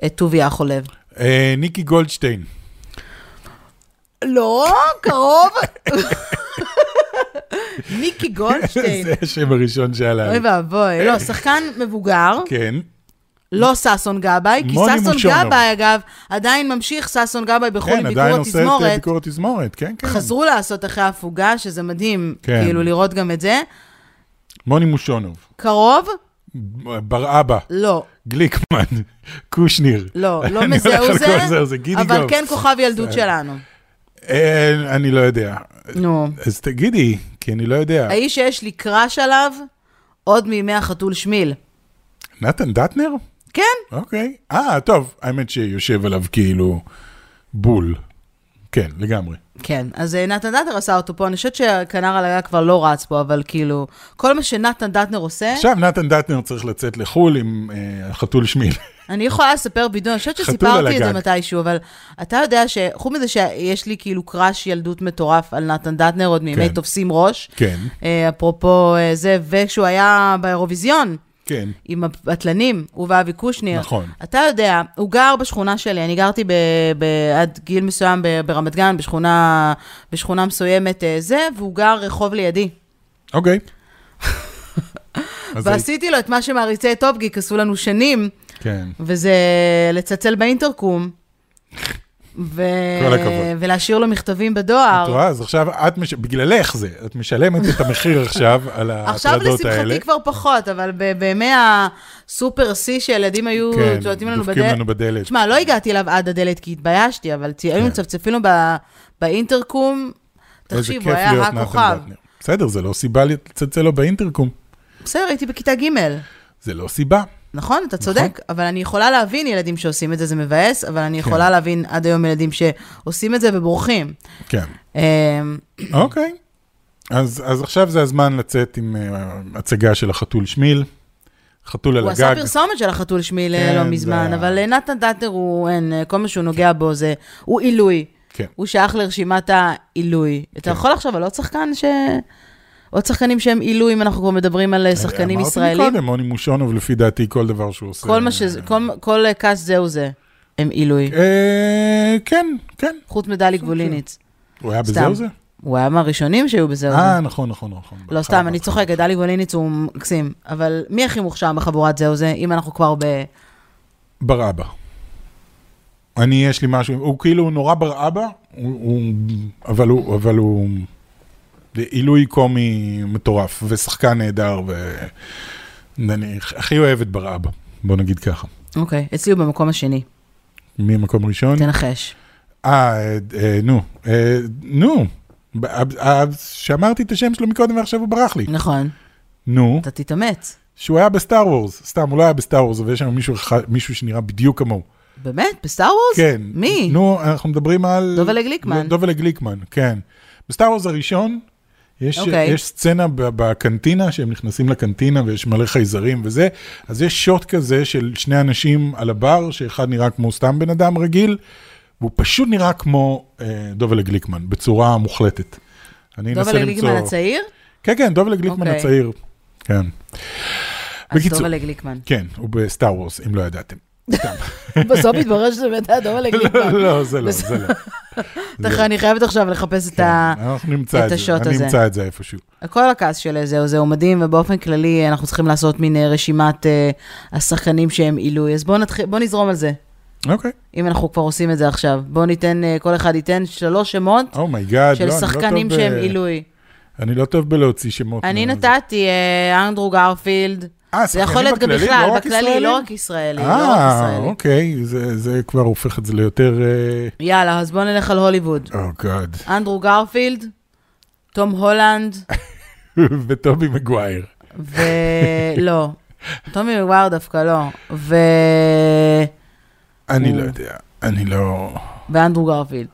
S2: את טוביה החולב.
S3: מה? אה, ניקי גולדשטיין.
S2: לא, קרוב. מיקי גולדשטיין.
S3: זה השם הראשון שעלה.
S2: אוי
S3: לי.
S2: ואבוי. לא, שחקן מבוגר.
S3: כן.
S2: לא ששון גבאי, כי
S3: מוני
S2: ששון
S3: מושונוב.
S2: גבאי, אגב, עדיין ממשיך ששון גבאי בחו"ל
S3: כן,
S2: עם
S3: עדיין
S2: ביקורת
S3: עושה את אה,
S2: תזמורת.
S3: ביקורת תזמורת. כן, כן.
S2: חזרו לעשות אחרי ההפוגה, שזה מדהים,
S3: כן.
S2: כאילו, לראות גם את זה.
S3: מוני מושונוב.
S2: קרוב?
S3: בר אבא.
S2: לא.
S3: גליקמן. קושניר.
S2: לא, לא
S3: אני
S2: מזה
S3: הולך
S2: הוא
S3: על
S2: זה,
S3: כל זה גידי
S2: אבל
S3: גוב.
S2: כן כוכב ילדות שלנו.
S3: אה, אני לא יודע.
S2: נו.
S3: אז תגידי, כי אני לא יודע.
S2: האיש שיש לי קראש עליו, עוד מימי החתול שמיל.
S3: נתן דטנר?
S2: כן,
S3: אוקיי. אה, טוב, האמת שיושב עליו כאילו בול. כן, לגמרי.
S2: כן. אז אה, נתן דטנר עשה אותו פה, אני חושבת שכנר על הגג כבר לא רץ פה, אבל כאילו, כל מה שנתן דטנר עושה,
S3: עכשיו נתן דטנר צריך לצאת לחו"ל עם אה, חתול שמיל.
S2: אני יכולה לספר בידון, אני חושבת
S3: חתול על
S2: שסיפרתי את זה
S3: הגג.
S2: מתישהו, אבל אתה יודע שחוץ מזה שיש לי כאילו קראש ילדות מטורף על נתן דטנר, עוד מימי
S3: כן.
S2: תופסים ראש,
S3: כן,
S2: אה, אפרופו אה, זה, וכשהוא היה באירוויזיון.
S3: כן.
S2: עם הבטלנים, הוא ואבי קושניר.
S3: נכון.
S2: אתה יודע, הוא גר בשכונה שלי, אני גרתי ב, ב, עד גיל מסוים ב, ברמת גן, בשכונה, בשכונה מסוימת אה, זה, והוא גר רחוב לידי.
S3: אוקיי. אז היית-
S2: ועשיתי לו את מה שמעריצי טופגיק עשו לנו שנים,
S3: כן.
S2: וזה לצלצל באינטרקום. ו...
S3: כל הכבוד.
S2: ולהשאיר לו מכתבים
S3: את
S2: בדואר.
S3: רואה? אז עכשיו את, מש... בגללך זה, את משלמת את המחיר עכשיו על
S2: עכשיו
S3: ההטרדות האלה.
S2: לשמחתי כבר פחות, אבל ב- בימי הסופר שיא שהילדים היו
S3: כן,
S2: צועדים לנו
S3: דופקים
S2: בדלת.
S3: לנו בדלת. כן.
S2: תשמע, לא הגעתי אליו עד הדלת כי התביישתי, אבל צי- היו מצפצפים לו ב- באינטרקום.
S3: איזה
S2: תקשיב, הוא
S3: כיף
S2: היה
S3: להיות נתן
S2: הכוכב.
S3: דטנר. בסדר, זה לא סיבה לצלצל לו באינטרקום.
S2: בסדר, הייתי בכיתה ג'.
S3: זה לא סיבה.
S2: נכון, אתה צודק, אבל אני יכולה להבין ילדים שעושים את זה, זה מבאס, אבל אני יכולה להבין עד היום ילדים שעושים את זה ובורחים.
S3: כן.
S2: אמ,
S3: אוקיי. אז, אז עכשיו זה הזמן לצאת עם uh, הצגה של החתול שמיל, חתול על
S2: הוא עשה
S3: הגג.
S2: פרסומת של החתול שמיל אה,
S3: כן,
S2: לא
S3: זה
S2: מזמן,
S3: היה-
S2: אבל אה, נתן דטר הוא, אין, אה, כל מה שהוא נוגע בו זה, הוא עילוי.
S3: כן.
S2: הוא שייך לרשימת העילוי. אתה יכול לחשוב על עוד שחקן ש... עוד שחקנים שהם עילוי, אם אנחנו כבר מדברים על אה, שחקנים
S3: אמרתי
S2: ישראלים?
S3: מקודם, מוני מושונוב, לפי דעתי, כל דבר שהוא עושה.
S2: כל מה שזה, כל- כל אה, כס זהו זה, הם עילוי.
S3: אה, כן, כן.
S2: חוץ מדלי גבוליניץ.
S3: הוא היה
S2: סתם.
S3: בזהו זה?
S2: הוא היה מהראשונים שהיו בזה.
S3: אה, נכון, נכון, נכון.
S2: לא, סתם, אני צוחקת, דלי גוליניץ הוא מקסים. אבל מי הכי מוכשר בחבורת זה או זה, אם אנחנו כבר ב...
S3: בר אבא. אני, יש לי משהו, הוא כאילו הוא נורא בר אבא, הוא- הוא- אבל הוא, אבל הוא עילוי קומי מטורף, ושחקן נהדר, ואני הכי אוהב את בר אבא, בוא נגיד ככה.
S2: אוקיי, אצלי הוא במקום השני.
S3: ממקום ראשון.
S2: תנחש.
S3: אה, אה, אה, נו, אה, נו, ב- אה, שאמרתי את השם שלו מקודם ועכשיו הוא ברח לי.
S2: נכון,
S3: נו,
S2: אתה תתאמץ.
S3: שהוא היה בסטאר וורס, סתם, הוא לא היה בסטאר וורס, אבל יש לנו מישהו אחד- מישהו שנראה בדיוק כמוהו.
S2: באמת? בסטאר וורס?
S3: כן.
S2: מי?
S3: נו, אנחנו מדברים על...
S2: דובל'ה גליקמן.
S3: דובלה גליקמן, כן. בסטאר וורס הראשון, יש, okay.
S2: אוקיי.
S3: יש סצנה ב- בקנטינה, שהם נכנסים לקנטינה ויש מלא חייזרים וזה, אז יש שוט כזה של שני אנשים על הבר, שאחד נראה כמו סתם בן אדם רגיל, והוא פשוט נראה כמו אה, דובלה גליקמן, בצורה מוחלטת. אני אנסה
S2: דובלה גליקמן
S3: למצוא-
S2: הצעיר?
S3: כן, כן, דובלה גליקמן
S2: אוקיי.
S3: הצעיר. כן.
S2: אז
S3: בקיצור.
S2: דובלה גליקמן.
S3: כן, הוא בסטאר וורס, אם לא ידעתם.
S2: בסוף התברר שזה באמת היה דובלה גליקמן.
S3: לא, לא, זה לא, זה לא.
S2: תכף, אני חייבת עכשיו לחפש את
S3: כן,
S2: ה...
S3: אנחנו נמצא
S2: את
S3: את זה,
S2: השוט
S3: אני
S2: הזה.
S3: אמצא את זה איפשהו.
S2: כל הכעס של זה או זה הוא מדהים, ובאופן כללי אנחנו צריכים לעשות מין אה, רשימת אה, השחקנים שהם עילוי. אז בואו נתחיל, בואו נזרום על זה,
S3: אוקיי.
S2: אם אנחנו כבר עושים את זה עכשיו. בואו ניתן, אה, כל אחד ייתן שלוש שמות
S3: אומייגאד,
S2: של
S3: לא, אני
S2: שחקנים
S3: לא טוב
S2: שהם
S3: ב-
S2: עילוי.
S3: אני לא טוב בלהוציא שמות.
S2: אני
S3: מה-
S2: נתתי אה, אנדרו גרפילד.
S3: אה,
S2: זה יכול
S3: שחקנים
S2: להיות גם
S3: בכללי,
S2: בכלל,
S3: לא רק
S2: בכללי,
S3: ישראלים?
S2: לא רק ישראלי, לא רק
S3: אה,
S2: ישראלי.
S3: אוקיי, זה- זה כבר הופך את זה ליותר... אה, oh
S2: יאללה, אז בואו נלך על הוליווד.
S3: או גאד.
S2: אנדרו גרפילד, תום הולנד,
S3: וטובי מגווייר.
S2: ו... לא. טומי מגווייר דווקא לא. ו...
S3: אני
S2: או.
S3: לא יודע, אני לא...
S2: ואנדרו גרפילד.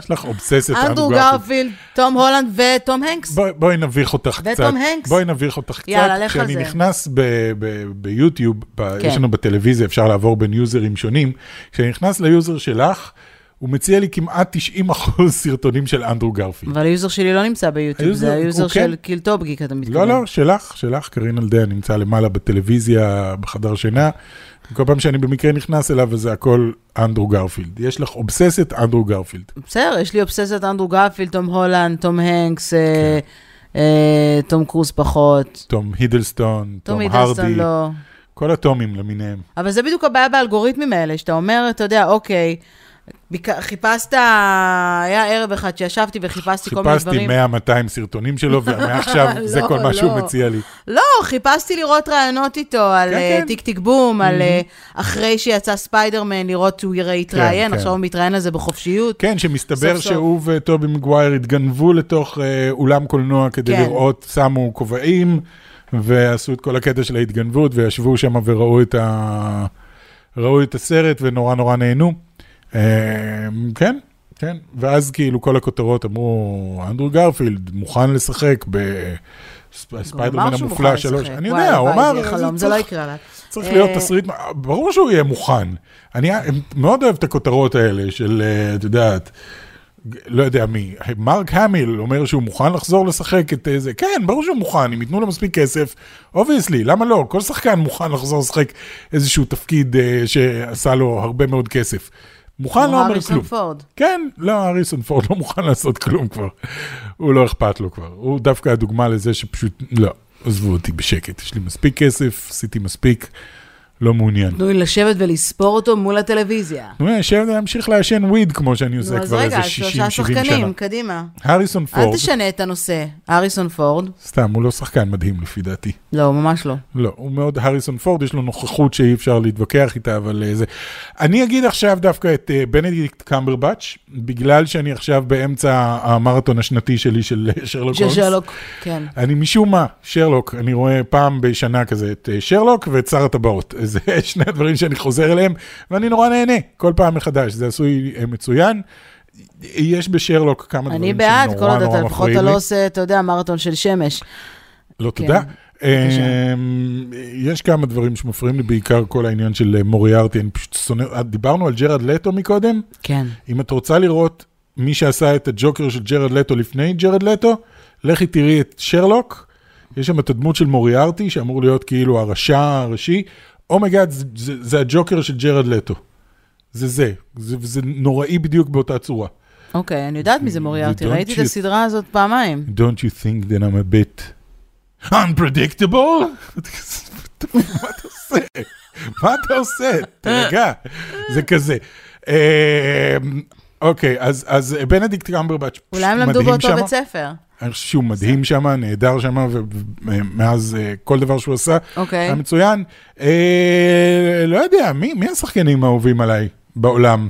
S3: יש לך אובססת
S2: אנדרו גרפילד, תום הולנד וטום הנקס.
S3: בואי- בואי נביך אותך קצת.
S2: וטום הנקס.
S3: בואי נביך אותך קצת.
S2: יאללה, לך על
S3: כשאני
S2: זה.
S3: נכנס ב- ב- ביוטיוב, ב-
S2: כן.
S3: יש לנו בטלוויזיה, אפשר לעבור בין יוזרים שונים. כשאני נכנס ליוזר שלך, הוא מציע לי כמעט 90 אחוז סרטונים של אנדרו גרפילד.
S2: אבל היוזר שלי לא נמצא ביוטיוב,
S3: היוזר-
S2: זה היוזר
S3: הוא כן.
S2: של קילטובגיק, אתה מתכוון.
S3: לא, לא, שלך, שלך, קרין אלדיה נמצא למעלה בטלוויזיה, בחדר שינה. כל פעם שאני במקרה נכנס אליו, אז זה הכל אנדרו גרפילד. יש לך אובססת אנדרו גרפילד.
S2: בסדר, יש לי אובססת אנדרו גרפילד, תום הולנד, תום הנקס, אה,
S3: כן.
S2: אה, תום קרוז פחות.
S3: תום הידלסטון,
S2: תום
S3: תום
S2: הידלסון
S3: הרדי,
S2: לא.
S3: כל התומים למיניהם.
S2: אבל זה בדיוק הבעיה באלגוריתמים האלה, שאתה אומר, אתה יודע, אוקיי, ביק- חיפשת, היה ערב אחד שישבתי וחיפשתי כל מיני
S3: חיפשתי
S2: דברים.
S3: 100-200 סרטונים שלו, ומעכשיו זה
S2: לא,
S3: כל מה שהוא
S2: לא.
S3: מציע לי.
S2: לא, חיפשתי לראות רעיונות איתו על
S3: כן,
S2: אה,
S3: כן.
S2: טיק טיק בום, על אה, אחרי שיצא ספיידרמן, לראות שהוא יראה
S3: כן,
S2: התראיין,
S3: כן.
S2: עכשיו הוא מתראיין על זה בחופשיות.
S3: כן, שמסתבר
S2: סוף סוף.
S3: שהוא וטובי מגווייר התגנבו לתוך אה, אולם קולנוע כדי
S2: כן.
S3: לראות, שמו כובעים, ועשו את כל הקטע של ההתגנבות, וישבו שם וראו את ה... ראו את הסרט ונורא נורא נהנו. אה, כן, כן. ואז כאילו כל הכותרות אמרו, אנדרו גרפילד מוכן לשחק ב... ספ-
S2: הוא
S3: ספיידרמן
S2: אמר שהוא
S3: המופלא
S2: מוכן
S3: שלוש.
S2: לשחק.
S3: אני
S2: וואי,
S3: יודע, הוא
S2: וואי,
S3: אמר,
S2: זה יהיה
S3: "אז
S2: חלום, זה לא
S3: צריך
S2: יקרה לה.
S3: צריך להיות
S2: אה,
S3: תסריט, ברור שהוא יהיה מוכן. אני מאוד אוהב את הכותרות האלה של, אה, את יודעת, לא יודע מי, מרק המיל אומר שהוא מוכן לחזור לשחק את אה, זה, כן, ברור שהוא מוכן, אם ייתנו לו מספיק כסף, אובייסלי, למה לא? כל שחקן מוכן לחזור לשחק איזשהו תפקיד אה, שעשה לו הרבה מאוד כסף. מוכן
S2: כמו
S3: לא אומר
S2: הריסון
S3: כלום.
S2: פורד.
S3: כן, לא, הריסון פורד לא מוכן לעשות כלום כבר. הוא לא אכפת לו כבר. הוא דווקא הדוגמה לזה שפשוט, לא, עזבו אותי בשקט. יש לי מספיק כסף, עשיתי מספיק, לא מעוניין.
S2: תנו לי לשבת ולספור אותו מול הטלוויזיה.
S3: נו, יושב להמשיך לעשן וויד כמו שאני
S2: נו,
S3: עושה
S2: אז
S3: כבר
S2: רגע,
S3: איזה
S2: אז
S3: 60-70
S2: שלושה
S3: שנה.
S2: שחקנים, קדימה.
S3: הריסון
S2: אל
S3: פורד,
S2: תשנה את הנושא. אריסון פורד?
S3: סתם, הוא לא שחקן מדהים לפי דעתי.
S2: לא, ממש לא.
S3: לא, הוא מאוד הריסון פורד, יש לו נוכחות שאי אפשר להתווכח איתה, אבל אה, זה... אני אגיד עכשיו דווקא את אה, בנדיקט קמברבץ', בגלל שאני עכשיו באמצע המרתון השנתי שלי של אה, שרלוק
S2: של
S3: הולמס.
S2: שרלוק, כן.
S3: אני משום מה, שרלוק, אני רואה פעם בשנה כזה את אה, שרלוק ואת שר הטבעות. זה שני הדברים שאני חוזר אליהם, ואני נורא נהנה כל פעם מחדש, זה עשוי אה, מצוין. יש בשרלוק כמה
S2: אני
S3: דברים
S2: בעד, כל
S3: שנורא
S2: עוד
S3: נורא
S2: אתה לפחות
S3: מפריעים
S2: אתה
S3: לי.
S2: לא עושה, אתה יודע, מרתון של שמש.
S3: לא,
S2: כן.
S3: תודה.
S2: בבקשה.
S3: אמ, יש כמה דברים שמפריעים לי, בעיקר כל העניין של אה, מוריארטי, אני פשוט שונא, אה, דיברנו על ג'רד לטו מקודם,
S2: כן.
S3: אם את רוצה לראות מי שעשה את הג'וקר של ג'רד לטו לפני ג'רד לטו, לכי תראי את שרלוק, יש שם את הדמות של מוריארטי, שאמור להיות כאילו הרשע הראשי, אומייגאד, זה, זה, זה הג'וקר של ג'רד לטו. זה זה, זה, זה נוראי בדיוק באותה צורה.
S2: אוקיי, אני יודעת מי זה מוריארטי,
S3: Don't
S2: ראיתי את
S3: you-
S2: הסדרה הזאת פעמיים.
S3: Don't you think that I'm a bit unpredictable? מה אתה עושה? מה אתה עושה? תרגע. זה כזה. אמ, אוקיי, אז- אז בנדיקט קמברבץ'
S2: אולי הם למדו
S3: מדהים
S2: באותו
S3: שם.
S2: בית ספר.
S3: אני חושב שהוא מדהים שם, נהדר שם, ומאז אה, כל דבר שהוא עשה
S2: אוקיי.
S3: היה מצוין. אה, לא יודע, מי מי השחקנים האהובים עליי בעולם?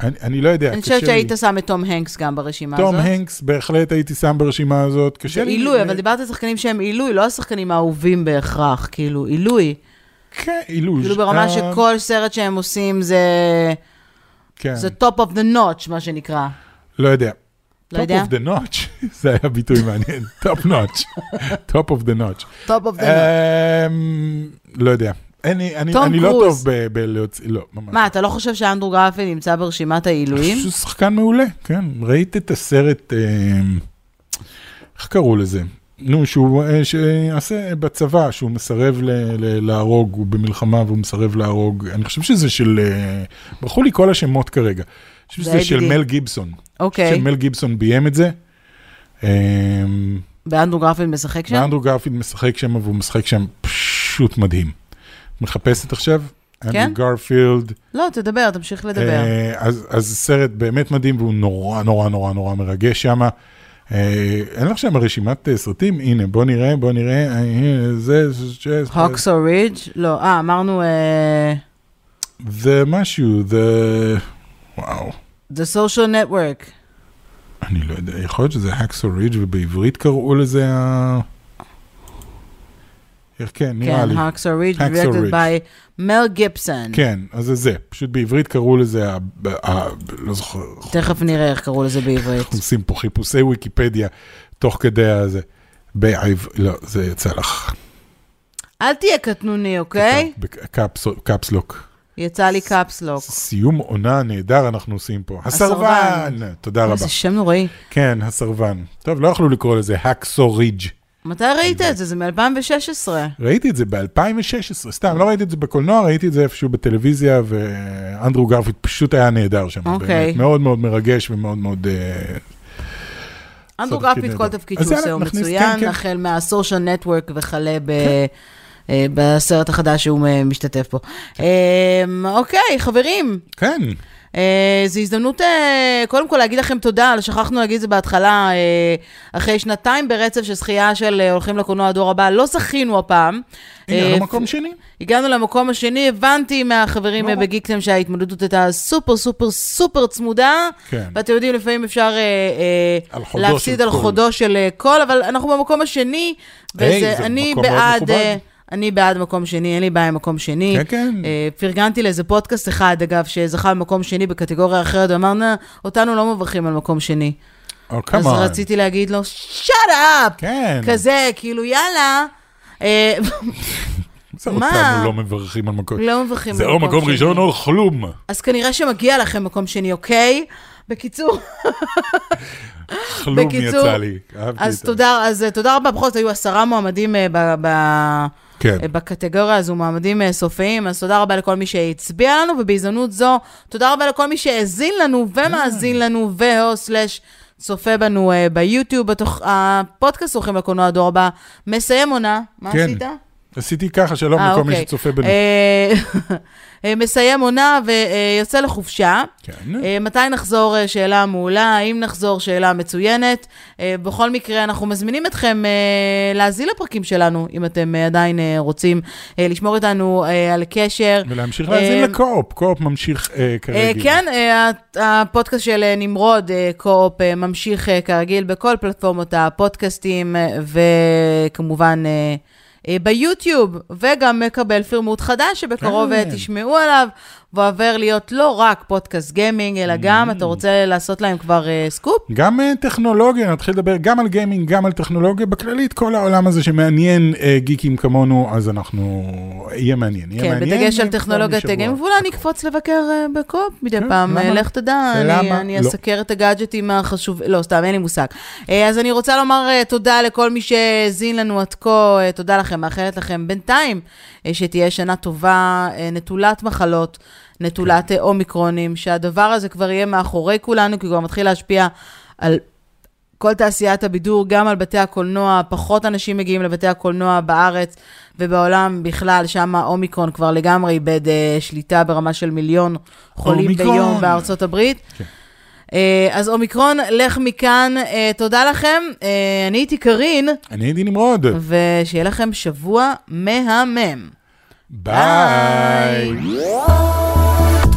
S3: אני- אני לא יודע.
S2: אני
S3: קשה
S2: חושבת
S3: לי.
S2: שהיית שם את תום הנקס גם ברשימה הזאת.
S3: תום הנקס, בהחלט הייתי שם ברשימה הזאת. קשה
S2: זה
S3: לי-
S2: עילוי, אבל דיברת על שחקנים שהם עילוי, לא השחקנים האהובים בהכרח, כאילו, עילוי.
S3: כן, אילוז'.
S2: כאילו ברמה
S3: אה,
S2: שכל סרט שהם עושים זה...
S3: כן,
S2: זה top of the notch, מה שנקרא.
S3: לא יודע.
S2: לא יודע?
S3: Top of the notch, זה היה ביטוי מעניין. Top notch. Top of the אה, notch.
S2: top of the notch.
S3: אמ, לא יודע. אני אני-
S2: תום
S3: אני לא טוב
S2: קרוז.
S3: ב- בלהוציא, לא, ממש.
S2: מה, אתה לא חושב שאנדרו גרפי נמצא ברשימת העילויים?
S3: שהוא שחקן מעולה, כן. ראית את הסרט, אמ, איך קראו לזה? נו, שהוא אה, שעשה בצבא, שהוא מסרב ל- ל- להרוג, הוא במלחמה והוא מסרב להרוג. אני חושב שזה של, אה, ברחו לי כל השמות כרגע. אני חושב
S2: זה
S3: שזה של
S2: ידידי.
S3: מל גיבסון. אני חושב
S2: אוקיי.
S3: שמל גיבסון ביים את זה. אמ,
S2: ואנדרו גרפי משחק שם?
S3: ואנדרו גרפילד משחק שם, והוא משחק שם פשוט מדהים. מחפשת עכשיו?
S2: כן?
S3: אנדרו גרפילד.
S2: לא, תדבר, תמשיך לדבר.
S3: אה, אז, אז זה סרט באמת מדהים, והוא נורא נורא נורא נורא מרגש שם. אין לך שם רשימת אה, סרטים? הנה, בוא נראה, בוא נראה. אה, הנה, זה, זה, זה,
S2: הוקסו רידג'? לא, אה, אמרנו... אה,
S3: זה משהו, זה... וואו,
S2: The social network.
S3: אני לא יודע, יכול להיות שזה הקסו ריג' ובעברית קראו לזה ה... כן, נראה לי.
S2: כן, הוקסו רידג'
S3: Hacksaw
S2: directed
S3: Ridge.
S2: by מל גיבסון.
S3: כן, אז זה זה. פשוט בעברית קראו לזה, ה- ה- ה- לא זוכר, אנחנו
S2: תכף נראה איך קראו לזה בעברית.
S3: עושים פה חיפושי ויקיפדיה תוך כדי הזה. בעב... לא, זה יצא לך.
S2: אל תהיה קטנוני, אוקיי?
S3: בקפסלוק.
S2: יצא לי קפסלוק.
S3: סיום עונה נהדר אנחנו עושים פה. הסרבן!
S2: הסרבן.
S3: תודה רבה.
S2: איזה שם נוראי.
S3: כן, הסרבן. טוב, לא יכלו לקרוא לזה הקסו ריג'.
S2: מתי ראית את זה? זה מ-2016.
S3: ראיתי את זה ב-2016, סתם, לא ראיתי את זה בקולנוע, ראיתי את זה איפשהו בטלוויזיה, ואנדרו גרפיט פשוט היה נהדר שם.
S2: אוקיי.
S3: באמת, מאוד מאוד מרגש ומאוד מאוד... אה,
S2: אנדרו
S3: תפקיד
S2: גרפיט,
S3: נהדר.
S2: כל תפקיד
S3: אז
S2: שהוא עושה
S3: יאללה,
S2: הוא
S3: נכניס, כן,
S2: מצוין,
S3: כן.
S2: החל מהסושיאל נטוורק וכלה ב- אה, בסרט החדש שהוא אה, משתתף בו. אה, אוקיי, חברים.
S3: כן.
S2: אה, זו הזדמנות, אה, קודם כל להגיד לכם תודה, שכחנו להגיד את זה בהתחלה, אה, אחרי שנתיים ברצף של זכייה של אה, הולכים לקולנוע הדור הבא, לא זכינו הפעם.
S3: הנה,
S2: אה,
S3: אנחנו מקום שני.
S2: הגענו למקום השני, הבנתי מהחברים
S3: נורא.
S2: בגיקטם שההתמודדות הייתה סופר סופר סופר צמודה.
S3: כן.
S2: ואתם יודעים, לפעמים אפשר אה, אה,
S3: על חודו
S2: להפסיד
S3: של
S2: על
S3: קול.
S2: חודו של אה, קול, אבל אנחנו במקום השני,
S3: היי,
S2: וזה-
S3: זה
S2: אני
S3: מקום מאוד
S2: בעד...
S3: מכובד.
S2: אה, אני בעד מקום שני, אין לי בעיה עם מקום שני.
S3: כן, כן.
S2: אה, פרגנתי לאיזה פודקאסט אחד, אגב, שזכה במקום שני בקטגוריה אחרת, הוא אמר, "נה, אותנו לא מברכים על מקום שני.
S3: או
S2: אז
S3: כמה.
S2: רציתי להגיד לו, שאט אפ!
S3: כן.
S2: כזה, כאילו, יאללה. אה,
S3: זה
S2: מה?
S3: אותנו לא מברכים על מקום.
S2: לא מברכים
S3: זה
S2: על
S3: או
S2: מקום
S3: מקום
S2: שני.
S3: ראשון או כלום.
S2: אז כנראה שמגיע לכם מקום שני, אוקיי? בקיצור,
S3: אוקיי, כלום
S2: בקיצור,
S3: יצא לי. אהבתי
S2: אז
S3: את
S2: תודה, אז אה, תודה רבה, בכל זאת היו עשרה מועמדים אה, ב- ב-
S3: כן.
S2: אה, בקטגוריה הזו, מועמדים אה, סופיים, אז תודה רבה לכל מי שהצביע לנו, ובהזדמנות זו, תודה רבה לכל מי שהאזין לנו
S3: כן.
S2: ומאזין לנו ו/או סלאש צופה בנו אה, ביוטיוב, בתוך הפודקאסט הולכים לקולנוע דור הבא, מסיים עונה, מה
S3: כן.
S2: עשית?
S3: עשיתי ככה, שלום
S2: אה,
S3: לכל מי
S2: אוקיי.
S3: שצופה בנו.
S2: אה, אה, מסיים עונה ויוצא לחופשה.
S3: כן.
S2: אה, מתי נחזור אה, שאלה מעולה, האם נחזור שאלה מצוינת. אה, בכל מקרה, אנחנו מזמינים אתכם אה, להאזין לפרקים שלנו, אם אתם אה, עדיין אה, רוצים אה, לשמור איתנו אה, על קשר.
S3: ולהמשיך להאזין
S2: אה,
S3: לקו-אופ, קו-אופ ממשיך אה,
S2: אה,
S3: כרגיל.
S2: כן, אה, הת- הפודקאסט של אה, נמרוד, אה, קו-אופ, אה, ממשיך אה, כרגיל בכל פלטפורמות הפודקאסטים, אה, וכמובן אה, אה, ביוטיוב, וגם מקבל פרמוט חדש, שבקרוב אה,
S3: כן.
S2: תשמעו עליו, ועובר להיות לא רק פודקאסט גיימינג, אלא גם, אתה רוצה לעשות להם כבר אה, סקופ?
S3: גם אה, טכנולוגיה, נתחיל לדבר גם על גיימינג, גם על טכנולוגיה, בכללית, כל העולם הזה שמעניין אה, גיקים כמונו, אז אנחנו... יהיה מעניין, יהיה
S2: כן,
S3: מעניין.
S2: בדגש על
S3: אה,
S2: טכנולוגיית
S3: משבוע.
S2: הגיימינג, ואולי נקפוץ לבקר אה, בקופ מדי
S3: כן,
S2: פעם, אה,
S3: למה?
S2: לך תדע, אני-
S3: למה?
S2: אני
S3: לא.
S2: אסקר את הגאדג'טים החשובים, לא, סתם, אין לי מושג. אה, אז אני רוצה לומר אה, תודה לכל מי שהאזין לנו עד כה, אה, תודה לכם, מאחלת לכם בינתיים אה, שתהיה שנה טובה, אה, נטולת מחלות.
S3: כן.
S2: נטולת אה, אומיקרונים, שהדבר הזה כבר יהיה מאחורי כולנו, כי הוא כבר מתחיל להשפיע על כל תעשיית הבידור, גם על בתי הקולנוע, פחות אנשים מגיעים לבתי הקולנוע בארץ ובעולם בכלל, שם האומיקרון כבר לגמרי איבד אה, שליטה ברמה של מיליון חולים
S3: אומיקרון. כן.
S2: ביום בארצות הברית. אה, אז אומיקרון, לך מכאן, אה, תודה לכם. אה, אני הייתי קארין,
S3: אני הייתי נמרוד.
S2: ושיהיה לכם שבוע מהמם.
S3: ביי.